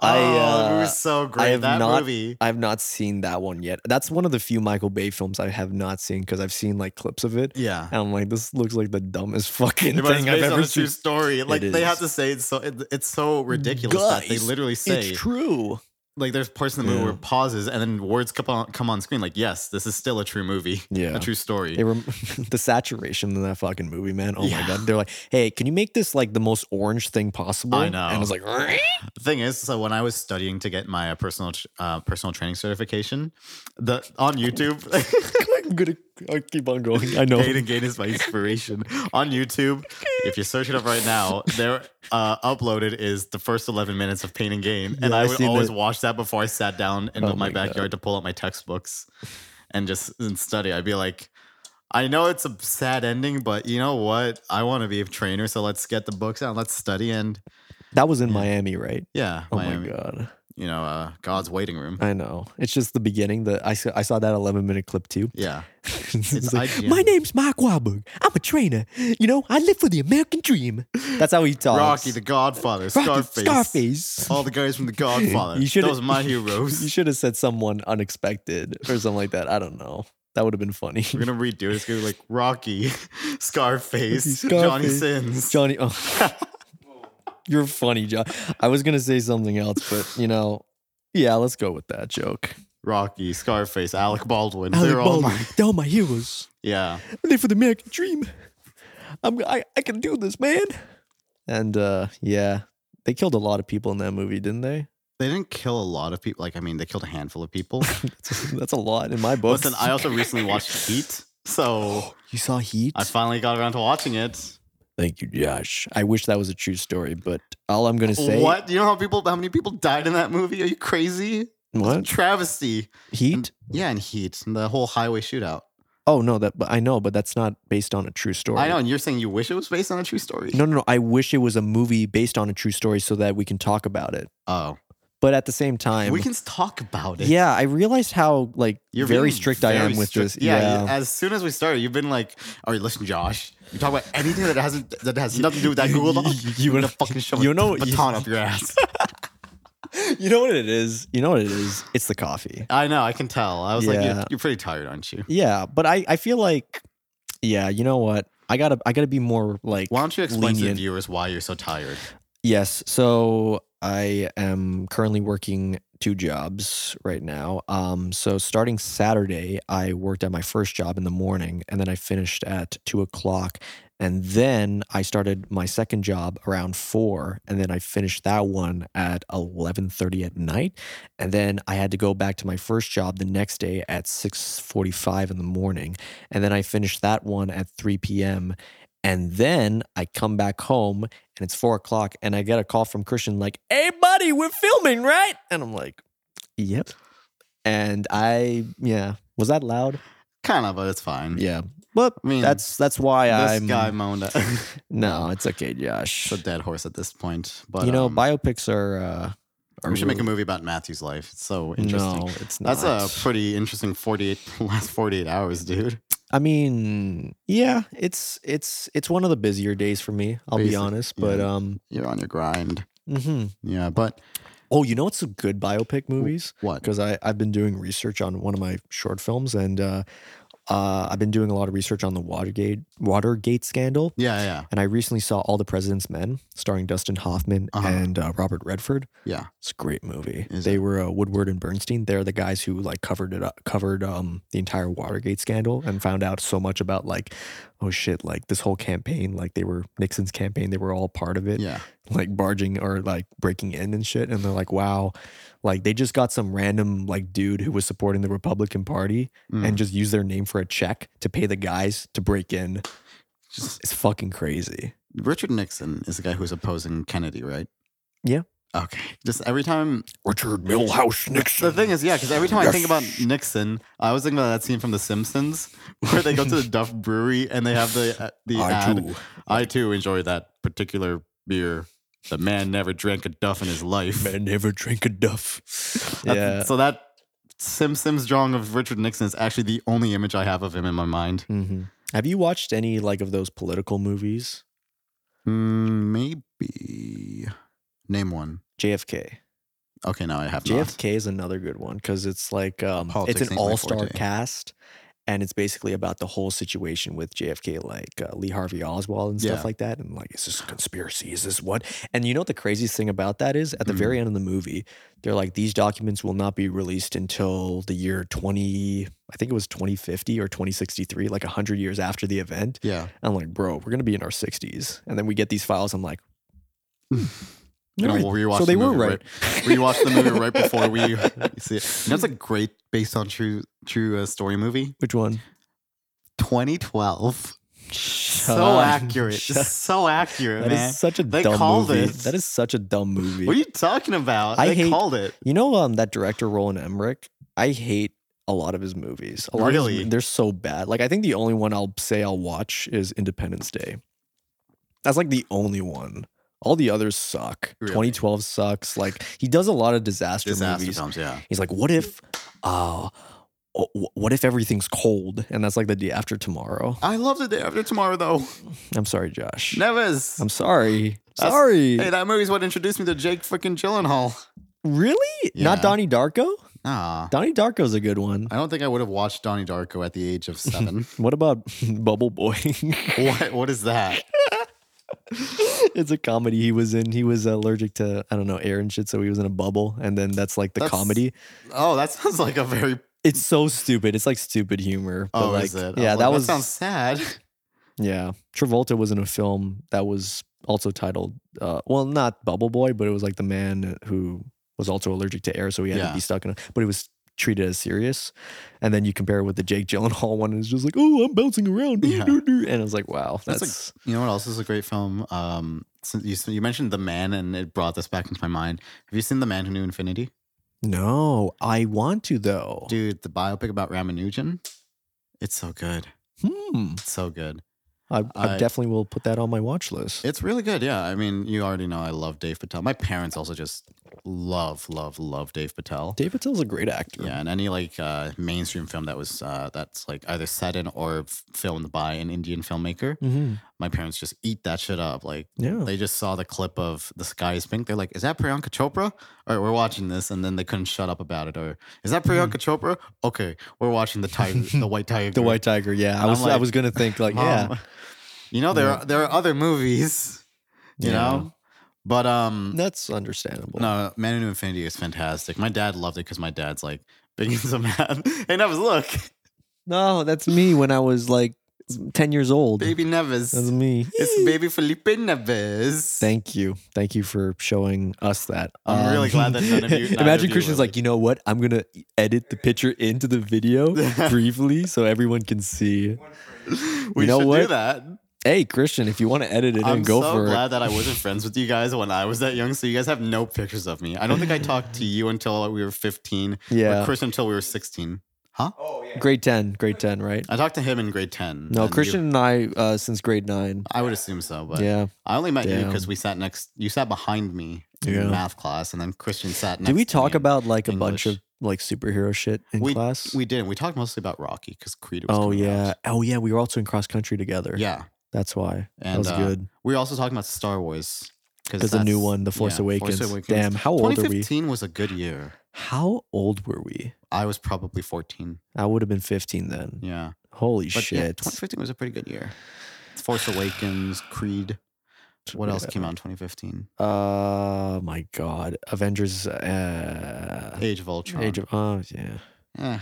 A: Oh,
B: I
A: that
B: uh,
A: movie's so great.
B: have
A: that
B: not-
A: movie.
B: I've not seen that one yet. That's one of the few Michael Bay films I have not seen because I've seen like clips of it.
A: Yeah.
B: And I'm like, this looks like the dumbest <laughs> fucking
A: But it's
B: thing I've
A: based on
B: ever
A: a true
B: seen.
A: story. Like they
B: is.
A: have to say it's so it, it's so ridiculous that they
B: Guys,
A: literally
B: It's
A: say
B: true.
A: like there's parts in the movie
B: Yeah.
A: where it pauses and then words come on come on screen like yes this is still a true movie
B: Yeah.
A: a true story
B: It rem- <laughs> the saturation in that fucking movie, man. Oh my
A: Yeah.
B: god! They're like, "Hey, can you make this like the most orange thing possible?"
A: I know.
B: And it's like,
A: The thing is, so when I was studying to get my uh, personal tr- uh, personal training certification, the on YouTube,
B: <laughs>
A: <laughs>
B: I'm gonna I keep on going. I know.
A: Gain and Gain is my inspiration. on YouTube, if you search it up right now, there uh, uploaded is the first eleven minutes of Pain and Gain, and
B: Yeah,
A: I
B: I've
A: would
B: seen
A: always
B: that.
A: watch that before I sat down in
B: Oh
A: my
B: my God.
A: backyard to pull out my textbooks and just and study. I'd be like. I know it's a sad ending, but you know what? I want to be a trainer, so let's get the books out, let's study, and
B: That was in
A: Yeah.
B: Miami, right?
A: yeah,
B: Oh
A: Miami,
B: my god!
A: you know, uh, God's waiting room.
B: I know. It's just the beginning. That I saw, I saw that 11 minute clip too. <laughs>
A: Yeah.
B: It's
A: It's
B: like,
A: IGN.
B: My name's Mark Wahlberg. I'm a trainer. You know, I live for the American dream. That's how he talks.
A: Rocky, The Godfather,
B: Rocky,
A: Scarface, Oh.
B: Scarface.
A: all the guys from The Godfather.
B: <laughs> You should've-
A: Those are my
B: You
A: heroes.
B: should have said someone unexpected or something like that. I don't know. That would have been funny.
A: We're gonna redo it. It's gonna be like Rocky, <laughs> Scarface,
B: Scarface.
A: Johnny Sins.
B: Johnny, oh. <laughs> you're funny, John. I was gonna say something else, but you know, yeah, let's go with that joke.
A: Rocky, Scarface, Alec Baldwin. They're all my
B: they're all my heroes.
A: yeah.
B: I live for the American dream. I'm, I, I can do this, man. And uh, yeah, they killed a lot of people in that movie, didn't they?
A: They didn't kill a lot of people. Like I mean, they killed a handful of
B: <laughs>
A: people.
B: That's a, that's a lot in my book.
A: Listen, I also recently watched Heat, so
B: <gasps> you saw Heat.
A: I finally got around to watching it.
B: Thank you, Josh. I wish that was a true story, but all I'm gonna say.
A: what? You know how people? How many people died in that movie? Are you crazy? It's a
B: What?
A: travesty.
B: Heat?
A: Yeah, and Heat and the whole highway shootout.
B: Oh no, that but I know, but that's not based on a true story.
A: I know, and you're saying you wish it was based on a true story.
B: No, no, no. I wish it was a movie based on a true story so that we can talk about it.
A: Oh,
B: But at the same time,
A: we can talk about it.
B: Yeah, I realized how like
A: You're
B: very
A: being
B: strict I
A: very
B: am with
A: strict.
B: this.
A: Yeah,
B: Yeah.
A: you- As soon as we started, you've been like, "All right, listen, Josh. You talk about anything that hasn't that has nothing to do with that Google Doc.
B: <laughs> You
A: You're gonna
B: know-
A: fucking shove
B: you
A: a
B: know-
A: baton up your
B: <laughs>
A: ass."
B: you know what it is? You know what it is? It's the coffee.
A: I know. I can tell. I was like,
B: Yeah.
A: you're, "You're pretty tired, aren't you?"
B: Yeah, but I I feel like yeah, you know what? I got to I got to be more like
A: Why don't you explain to
B: lenient.
A: the viewers why you're so tired?
B: Yes. So I am currently working two jobs right now. Um, so starting Saturday, I worked at my first job in the morning and then I finished at two o'clock. And then I started my second job around four, and then I finished that one at eleven thirty at night. And then I had to go back to my first job the next day at six forty five in the morning. And then I finished that one at three p.m. And then I come back home and it's four o'clock, and I get a call from Christian like, "Hey, buddy, we're filming, right?" And I'm like, "Yep." And I, yeah, was that loud?
A: Kind of, but it's fine.
B: Yeah, but
A: Mm. I mean,
B: that's that's why
A: this
B: I'm.
A: guy moaned. At, <laughs> it's
B: no, it's okay, Josh.
A: a dead horse at this point. But
B: you know,
A: um,
B: biopics are. Uh, are
A: we should make a
B: really-
A: movie about Matthew's life. It's so interesting.
B: No, it's not.
A: That's a pretty interesting 48 <laughs> last 48 hours, dude.
B: I mean, yeah, it's it's it's one of the busier days for me. I'll be
A: Basic,
B: honest, but
A: yeah.
B: um.
A: You're on your grind.
B: hmm
A: Yeah, but
B: Oh, you know what's some good biopic movies?
A: what?
B: because I I've been doing research on one of my short films, and uh, uh, I've been doing a lot of research on the Watergate Watergate scandal.
A: Yeah, yeah.
B: And I recently saw All the President's Men, starring Dustin Hoffman
A: Uh-huh.
B: and uh, Robert Redford.
A: Yeah.
B: it's a great movie.
A: Is
B: they were uh, Woodward and Bernstein. They're the guys who like covered it up, covered um, the entire Watergate scandal, and found out so much about like, oh shit, like this whole campaign, like they were Nixon's campaign. They were all part of it
A: Yeah.
B: like barging or like breaking in and shit. And they're like, wow, like they just got some random like dude who was supporting the Republican Party
A: Mm.
B: and just used their name for a check to pay the guys to break in.
A: Just-
B: It's fucking crazy.
A: Richard Nixon is the guy who's opposing Kennedy, right?
B: Yeah.
A: Okay. Just every time
B: Richard Milhouse Nixon.
A: the thing is, yeah, because every time I think about Nixon, I was thinking about that scene from The Simpsons <laughs> where they go to
B: <laughs>
A: the Duff Brewery and they have the uh, the ad. I too enjoy that particular beer. The man never drank a Duff in his life.
B: man never drink a duff.
A: That's-
B: yeah.
A: So that Sim Sim's drawing of Richard Nixon is actually the only image I have of him in my mind.
B: Mhm. Have you watched any like of those political movies?
A: Mm, maybe name one.
B: JFK.
A: Okay, no, I have not.
B: JFK is another good one because it's like um,
A: Politics
B: it's an
A: ain't my
B: all star
A: forte.
B: cast, and it's basically about the whole situation with JFK, like uh, Lee Harvey Oswald and stuff
A: Yeah.
B: like that. And like, is this a conspiracy? Is this what? And you know what the craziest thing about that is? At the
A: Mm.
B: very end of the movie, they're like, these documents will not be released until the year twenty. I think it was twenty fifty or twenty sixty three, like hundred years after the event.
A: Yeah,
B: I'm like, bro, we're gonna be in our sixties, and then we get these files. I'm like.
A: Hmm. you know,
B: "Alright,
A: we'll rewatch.
B: so they
A: the
B: were
A: movie
B: right.
A: We watched the movie right before <laughs> we see it. You know, it's a great based on true true uh, story movie.
B: <laughs> Which one?
A: 2012.
B: Shut
A: So
B: up.
A: accurate. <laughs>
B: Shut up.
A: Just so accurate,
B: That is
A: man.
B: such a
A: They
B: dumb
A: called
B: movie.
A: it.
B: That is such a dumb movie.
A: What are you talking about?
B: I
A: they
B: hate-
A: called it.
B: You know, um, that director Roland Emmerich. I hate a lot of his movies. A lot of his
A: Really?
B: mo- they're so bad. Like I think the only one I'll say I'll watch is Independence Day. That's like the only one. All the others suck.
A: Really?
B: 2012 sucks. Like he does a lot of disaster,
A: Disaster
B: movies.
A: films, yeah.
B: He's like, what if, uh, wh- wh- what if everything's cold? And that's like the day after tomorrow.
A: I love the day after tomorrow, though.
B: I'm sorry, Josh.
A: Nevers.
B: I'm sorry.
A: That's-
B: Sorry.
A: Hey, that movie's what introduced me to Jake freaking Gyllenhaal.
B: Really? Not
A: Yeah.
B: Donnie Darko?
A: Nah.
B: Donnie Darko's a good one.
A: I don't think I would have watched Donnie Darko at the age of
B: <laughs>
A: seven. <laughs>
B: What about Bubble Boy? <laughs>
A: what? What is that?
B: it's a comedy he was in. He was allergic to I don't know air and shit, so he was in a bubble, and then that's like the
A: That's-
B: comedy.
A: Oh, that sounds like a very.
B: It's so stupid. It's like stupid humor. but,
A: Oh,
B: like,
A: is it? I
B: Yeah,
A: like,
B: that was.
A: sounds sad.
B: yeah, Travolta was in a film that was also titled, uh, well, not Bubble Boy, but it was like the man who was also allergic to air, so he had to
A: Yeah.
B: be stuck in. a But it was treated as serious, and then you compare it with the Jake Gyllenhaal one, and it's just like, oh, I'm bouncing around,
A: Yeah.
B: and I was like, wow,
A: That's
B: that's.
A: like- You know what else is a great film? Um, since you, you mentioned The Man, and it brought this back into my mind. Have you seen The Man Who Knew Infinity?
B: No, I want to though.
A: Dude, the biopic about Ramanujan, it's so good.
B: Hmm.
A: It's so good.
B: I, I
A: I-
B: definitely will put that on my watch list.
A: It's really good. Yeah. I mean, you already know I love Dave Patel. My parents also just love, love, love Dave Patel.
B: Dave Patel's a great actor.
A: Yeah, and any like uh, mainstream film that was uh, that's like either set in or f- filmed by an Indian filmmaker,
B: hmm
A: my parents just eat that shit up. Like
B: Yeah.
A: they just saw the clip of the sky is pink. They're like, "Is that Priyanka Chopra?" All right, we're watching this, and then they couldn't shut up about it. Or is that Priyanka Chopra? Okay, we're watching the tiger, the white tiger.
B: Mm-hmm. <laughs> The White Tiger. Yeah. I
A: I'm
B: was I
A: like, um,
B: was gonna
A: <laughs>
B: think like yeah.
A: Mom, You know there are, there are other movies, you
B: Yeah.
A: know, but um,
B: That's understandable.
A: no, Man into Infinity is fantastic. My dad loved it because my dad's like big <laughs> into math. Hey, Nevis, look,
B: No, that's me when I was like ten years old.
A: baby Nevis.
B: That's me.
A: It's baby Felipe Neves. <laughs>
B: Thank you. Thank you for showing us that. Um,
A: I'm really glad that none of
B: <laughs>
A: you- neither of
B: imagine
A: you
B: Christian's
A: were
B: like, you know what? I'm going to edit the picture into the video
A: <laughs>
B: briefly so everyone can see.
A: we
B: You know
A: should do
B: what?
A: that.
B: Hey, Christian, if you want to edit it
A: I'm
B: and go
A: so
B: for
A: glad
B: it.
A: that I wasn't friends with you guys when I was that young. So you guys have no pictures of me. I don't think I talked to you until we were 15. or
B: Yeah.
A: Chris until we were 16. Huh?
B: Grade 10, grade 10, right?
A: I talked to him in grade 10.
B: No,
A: and Uh, you-
B: Christian and I uh, since grade 9.
A: I would assume so, but
B: Yeah.
A: I only met you
B: Damn.
A: because we sat next. You sat behind me in
B: Yeah.
A: math class, and then Christian sat next.
B: Did we
A: to
B: talk
A: me.
B: about like a bunch
A: English.
B: of like superhero shit in
A: we,
B: class?
A: We didn't. We talked mostly about Rocky because Creed was.
B: oh
A: coming
B: yeah.
A: out.
B: Oh yeah, we were also in cross country together.
A: yeah.
B: That's why. that
A: And,
B: was
A: uh,
B: good.
A: We were also talking about Star Wars
B: Because the new
A: that's-
B: one, The Force,
A: yeah, Force
B: Awakens.
A: Awakens.
B: Damn, how old are we?
A: 2015 was a good year.
B: How old were we?
A: I was probably 14.
B: I would have been 15 then.
A: Yeah.
B: Holy
A: But yeah,
B: shit.
A: 2015 was a pretty good year. Force Awakens, Creed. What else came out in 2015?
B: Uh, my God. Avengers. Uh,
A: Age of Ultron.
B: Age of. Oh, yeah.
A: Eh,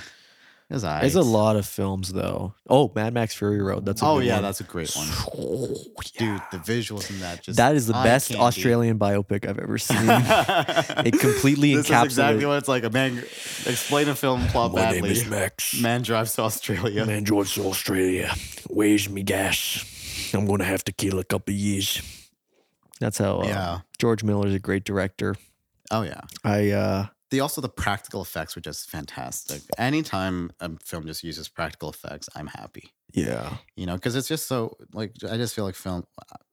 A: it was alright.
B: There's a lot of films, though. Oh, Mad Max Fury Road. That's a
A: oh,
B: good
A: yeah,
B: one.
A: that's a great one.
B: <sighs> Yeah.
A: Dude, the visuals in that just.
B: that is the
A: eye
B: best
A: candy.
B: Australian biopic
A: <laughs>
B: I've ever seen.
A: it
B: completely
A: this is exactly
B: encapsulate-
A: what it's like. A man explain a film plot badly.
B: Max.
A: man drives to Australia.
B: Man drives to Australia. Where's me gas? I'm gonna have to kill a couple years. That's how. Uh,
A: Yeah.
B: George Miller's a great director.
A: Oh yeah.
B: I. uh
A: the also the practical effects were just fantastic. Anytime a film just uses practical effects, I'm happy.
B: Yeah.
A: You know, because it's just so like I just feel like film.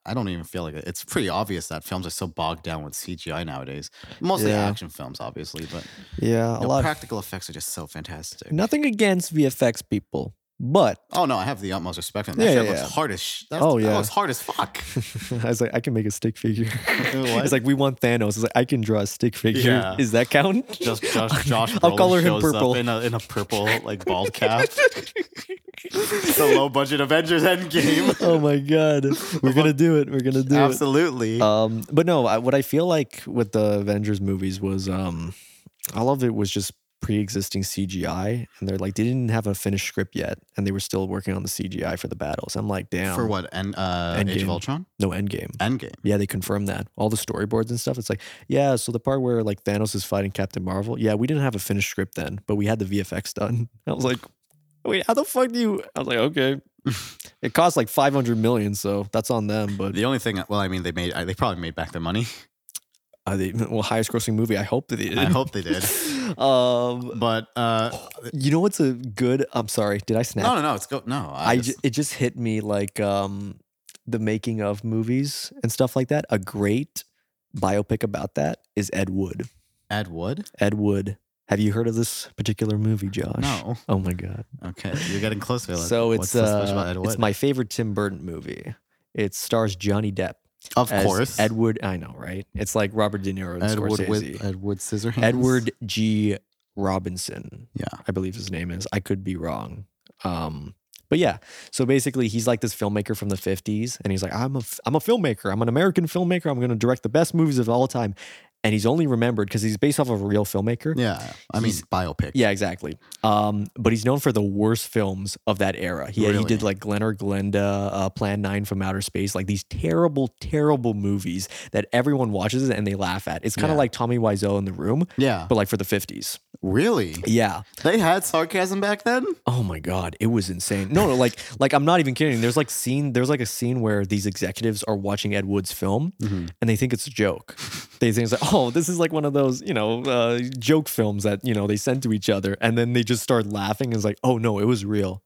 A: I don't even feel like it. it's pretty obvious that films are so bogged down with CGI nowadays. Mostly
B: Yeah.
A: action films, obviously, but
B: Yeah.
A: you
B: A
A: know,
B: lot. of-
A: practical effects are just so fantastic.
B: Nothing against VFX people, but <laughs>
A: Oh no, I have the utmost respect for them. That
B: Yeah,
A: shit
B: yeah,
A: looks
B: yeah.
A: hard as sh- that's,
B: Oh,
A: that
B: yeah.
A: looks hard as
B: <laughs>
A: fuck. <laughs>
B: I was like, I can make a stick figure.
A: What?
B: it's like we want Thanos. It's like I can draw a stick figure.
A: Yeah.
B: Is that count? <laughs>
A: Just Josh, Josh
B: I'll
A: Brolin
B: color him
A: shows up
B: purple.
A: in a in a purple like
B: <laughs>
A: bald <laughs> cap. the low budget Avengers Endgame.
B: oh my god, we're gonna do it. We're gonna do
A: Absolutely.
B: it. Um, but no, I, what I feel like with the Avengers movies was um, all of it was just pre-existing CGI, and they're like they didn't have a finished script yet, and they were still working on the CGI for the battles. I'm like, damn,
A: For what? And uh, Age
B: Endgame.
A: of Ultron?
B: no Endgame.
A: Endgame.
B: Yeah, they confirmed that. All the storyboards and stuff. It's like, yeah, so the part where like Thanos is fighting Captain Marvel, yeah, we didn't have a finished script then, but we had the VFX done. <laughs> I was like, wait, how the fuck do you I was
A: <laughs>
B: like, okay. it cost like five hundred million, so that's on them. But
A: The only thing, well, I mean, they made, they probably made back their money.
B: are they well highest grossing movie? I hope that they
A: <laughs>
B: did.
A: I hope they did. <laughs>
B: um
A: But uh,
B: you know what's a good I'm sorry, did I
A: <laughs>
B: snap?
A: no, no, no. It's go. No, I,
B: I
A: just,
B: ju- it just hit me like um, the making of movies and stuff like that. A great biopic about that is Ed Wood.
A: Ed Wood.
B: Ed Wood. Have you heard of this particular movie, Josh?
A: No.
B: Oh my god.
A: Okay, you're getting closer. Like,
B: So
A: what's
B: it's
A: so special about
B: uh,
A: Ed Wood?
B: it's my favorite Tim Burton movie. It stars Johnny Depp.
A: of
B: as
A: course.
B: Ed Wood. I know, right? It's like Robert De Niro and
A: Edward
B: Scorsese.
A: with Edward Scissorhands.
B: Edward G. Robinson.
A: Mm-hmm. Yeah.
B: I believe his name is. I could be wrong. Um, but yeah, so basically, he's like this filmmaker from the 50s, and he's like, I'm a, f- I'm a filmmaker. I'm an American filmmaker. I'm going to direct the best movies of all time. And he's only remembered because he's based off of a real filmmaker.
A: Yeah, I mean
B: He's-
A: biopic.
B: Yeah, exactly. Um, but he's known for the worst films of that era. He, he
A: Really?
B: did like Glenn or Glenda, uh, Plan 9 from Outer Space, like these terrible, terrible movies that everyone watches and they laugh at. It's kind of
A: Yeah.
B: like Tommy Wiseau in the room,
A: Yeah.
B: but like for the 50s.
A: Really?
B: Yeah.
A: They had sarcasm back then?
B: Oh my god, it was insane. No, no, like like I'm not even kidding. There's like scene there's like a scene where these executives are watching Ed Wood's film and they think it's a joke. They think it's like, "Oh, this is like one of those, you know, uh, joke films that, you know, they send to each other." And then they just start laughing and it's like, "Oh no, it was real."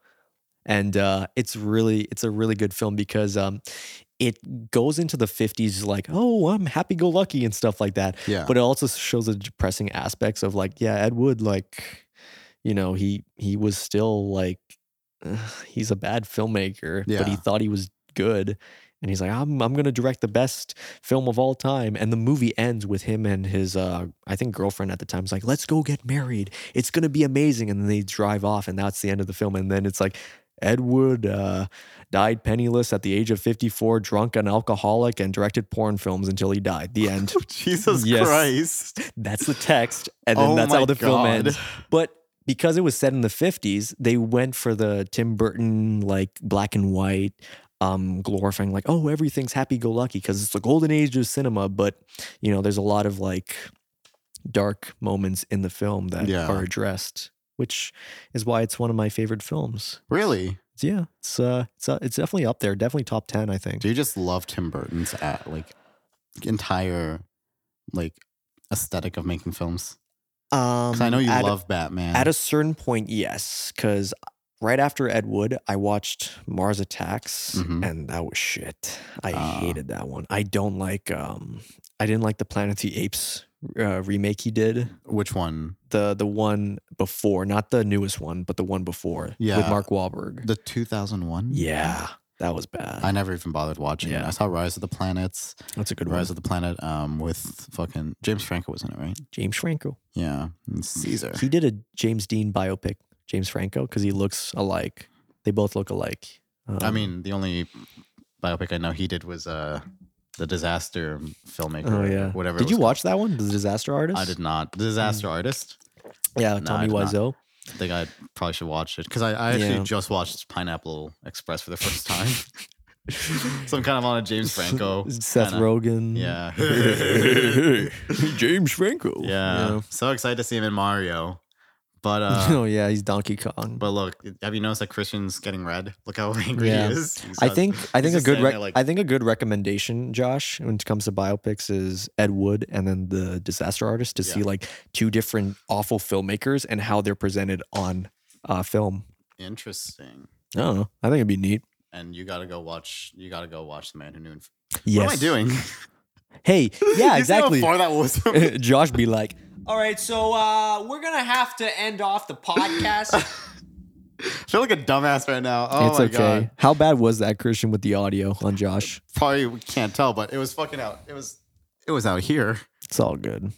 B: And uh it's really it's a really good film because um it goes into the 50s like, "Oh, I'm happy go lucky" and stuff like that.
A: Yeah.
B: But it also shows the depressing aspects of like, yeah, Ed Wood like you know he he was still like <sighs> "Ugh, he's a bad filmmaker but he
A: Yeah.
B: thought he was good and he's like i'm i'm going to direct the best film of all time and the movie ends with him and his uh i think girlfriend at the time's like let's go get married it's going to be amazing and then they drive off and that's the end of the film and then it's like Ed Wood uh, died penniless at the age of 54, drunk and alcoholic, and directed porn films until he died. The end.
A: <laughs> Jesus
B: Yes.
A: Christ.
B: That's the text, and then
A: Oh
B: that's how
A: my
B: the film
A: God.
B: ends. But because it was set in the fifties, they went for the Tim Burton like black and white, um, glorifying like oh everything's happy go lucky because it's the golden age of cinema. But you know, there's a lot of like dark moments in the film that
A: Yeah.
B: are addressed, which is why it's one of my favorite films.
A: Really?
B: It's, yeah, it's uh, it's uh, it's definitely up there, definitely top ten, I think.
A: Do you just love Tim Burton's at like entire like aesthetic of making films?
B: Um,
A: 'Cause I know you
B: at-
A: love Batman.
B: At a certain point, yes, because right after Ed Wood, I watched Mars Attacks,
A: Mhm.
B: and that was shit. I
A: Ah.
B: hated that one. I don't like. Um, I didn't like the Planet of the Apes uh, remake he did.
A: Which one?
B: The the one before, not the newest one, but the one before. with
A: Yeah.
B: Mark Wahlberg.
A: The 2001?
B: yeah, that was bad.
A: I never even bothered watching it.
B: Yeah.
A: I saw Rise of the Planets,
B: That's a good one.
A: Rise of the Planet um, with fucking James Franco was in it, right?
B: James Franco.
A: Yeah. And Caesar.
B: He did a James Dean biopic. James Franco, because he looks alike. They both look alike.
A: I
B: Um,
A: mean, the only biopic I know he did was uh, the disaster filmmaker.
B: Oh
A: or
B: yeah,
A: whatever. it
B: Did you
A: was
B: watch Mm. that one, The Disaster Artist?
A: called. I did not. The disaster artist.
B: Yeah,
A: No, I
B: Tommy
A: did not.
B: Wiseau.
A: I think I probably should watch it because I, I actually
B: Yeah.
A: just watched Pineapple Express for the
B: <laughs>
A: first time. <laughs> so I'm kind of on a James Franco.
B: <laughs> Seth
A: kinda-
B: Rogen. <laughs>
A: Yeah.
B: James Franco.
A: yeah. So excited to see him in Mario.
B: <laughs>
A: But uh,
B: oh yeah, he's Donkey Kong.
A: But look, have you noticed that Christian's getting red? Look how <laughs> angry
B: Yeah.
A: he is. He's
B: I
A: got-
B: think I
A: uh, he's
B: think a
A: just
B: good
A: sitting
B: rec-
A: there like,
B: I think a good recommendation, Josh, when it comes to biopics is Ed Wood and then the Disaster Artist to see
A: Yeah.
B: like two different awful filmmakers and how they're presented on uh, film.
A: interesting.
B: I don't know. I think it'd be neat.
A: And you gotta go watch. You gotta go watch the man who knew. Inf- What
B: Yes.
A: am I doing?
B: Hey, yeah, exactly.
A: <laughs> You
B: <laughs>
A: see how far that was. <laughs> from-
B: Josh be like, all right, so uh, we're gonna have to end off the <laughs> podcast.
A: I feel like a dumbass right now. Oh
B: it's
A: my
B: okay.
A: god.
B: How bad was that Christian with the audio on Josh?
A: Probably we can't tell, but it was fucking out. It was. It was out here.
B: It's all good.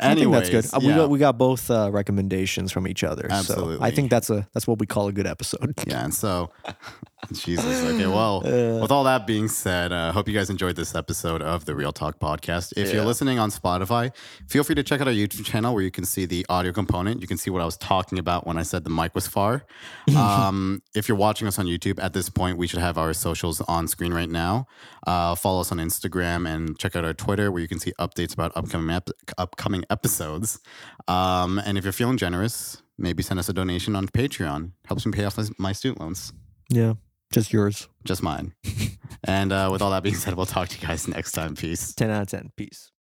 A: Anyway,
B: I think that's good. Uh, We
A: Yeah.
B: got we got both uh, recommendations from each other. So I
A: Absolutely.
B: think that's a that's what we call a
A: <laughs>
B: good episode.
A: yeah, and so Jesus. Okay, well, with all that being said, I uh, hope you guys enjoyed this episode of the Real Talk podcast. If you're listening on Spotify, feel free to check out our YouTube channel where you can see the audio component. You can see what I was talking about when I said the mic was far. Um, if you're watching us on YouTube at this point, we should have our socials on screen right now. Uh, follow us on Instagram and check out our Twitter where you can see updates about upcoming ep- upcoming episodes. Um, and if you're feeling generous, maybe send us a donation on Patreon. Helps me pay off my student loans
B: yeah, just yours.
A: <laughs> just mine. and uh, with all that being said, we'll talk to you guys next time. Peace.
B: Ten out of ten. Peace.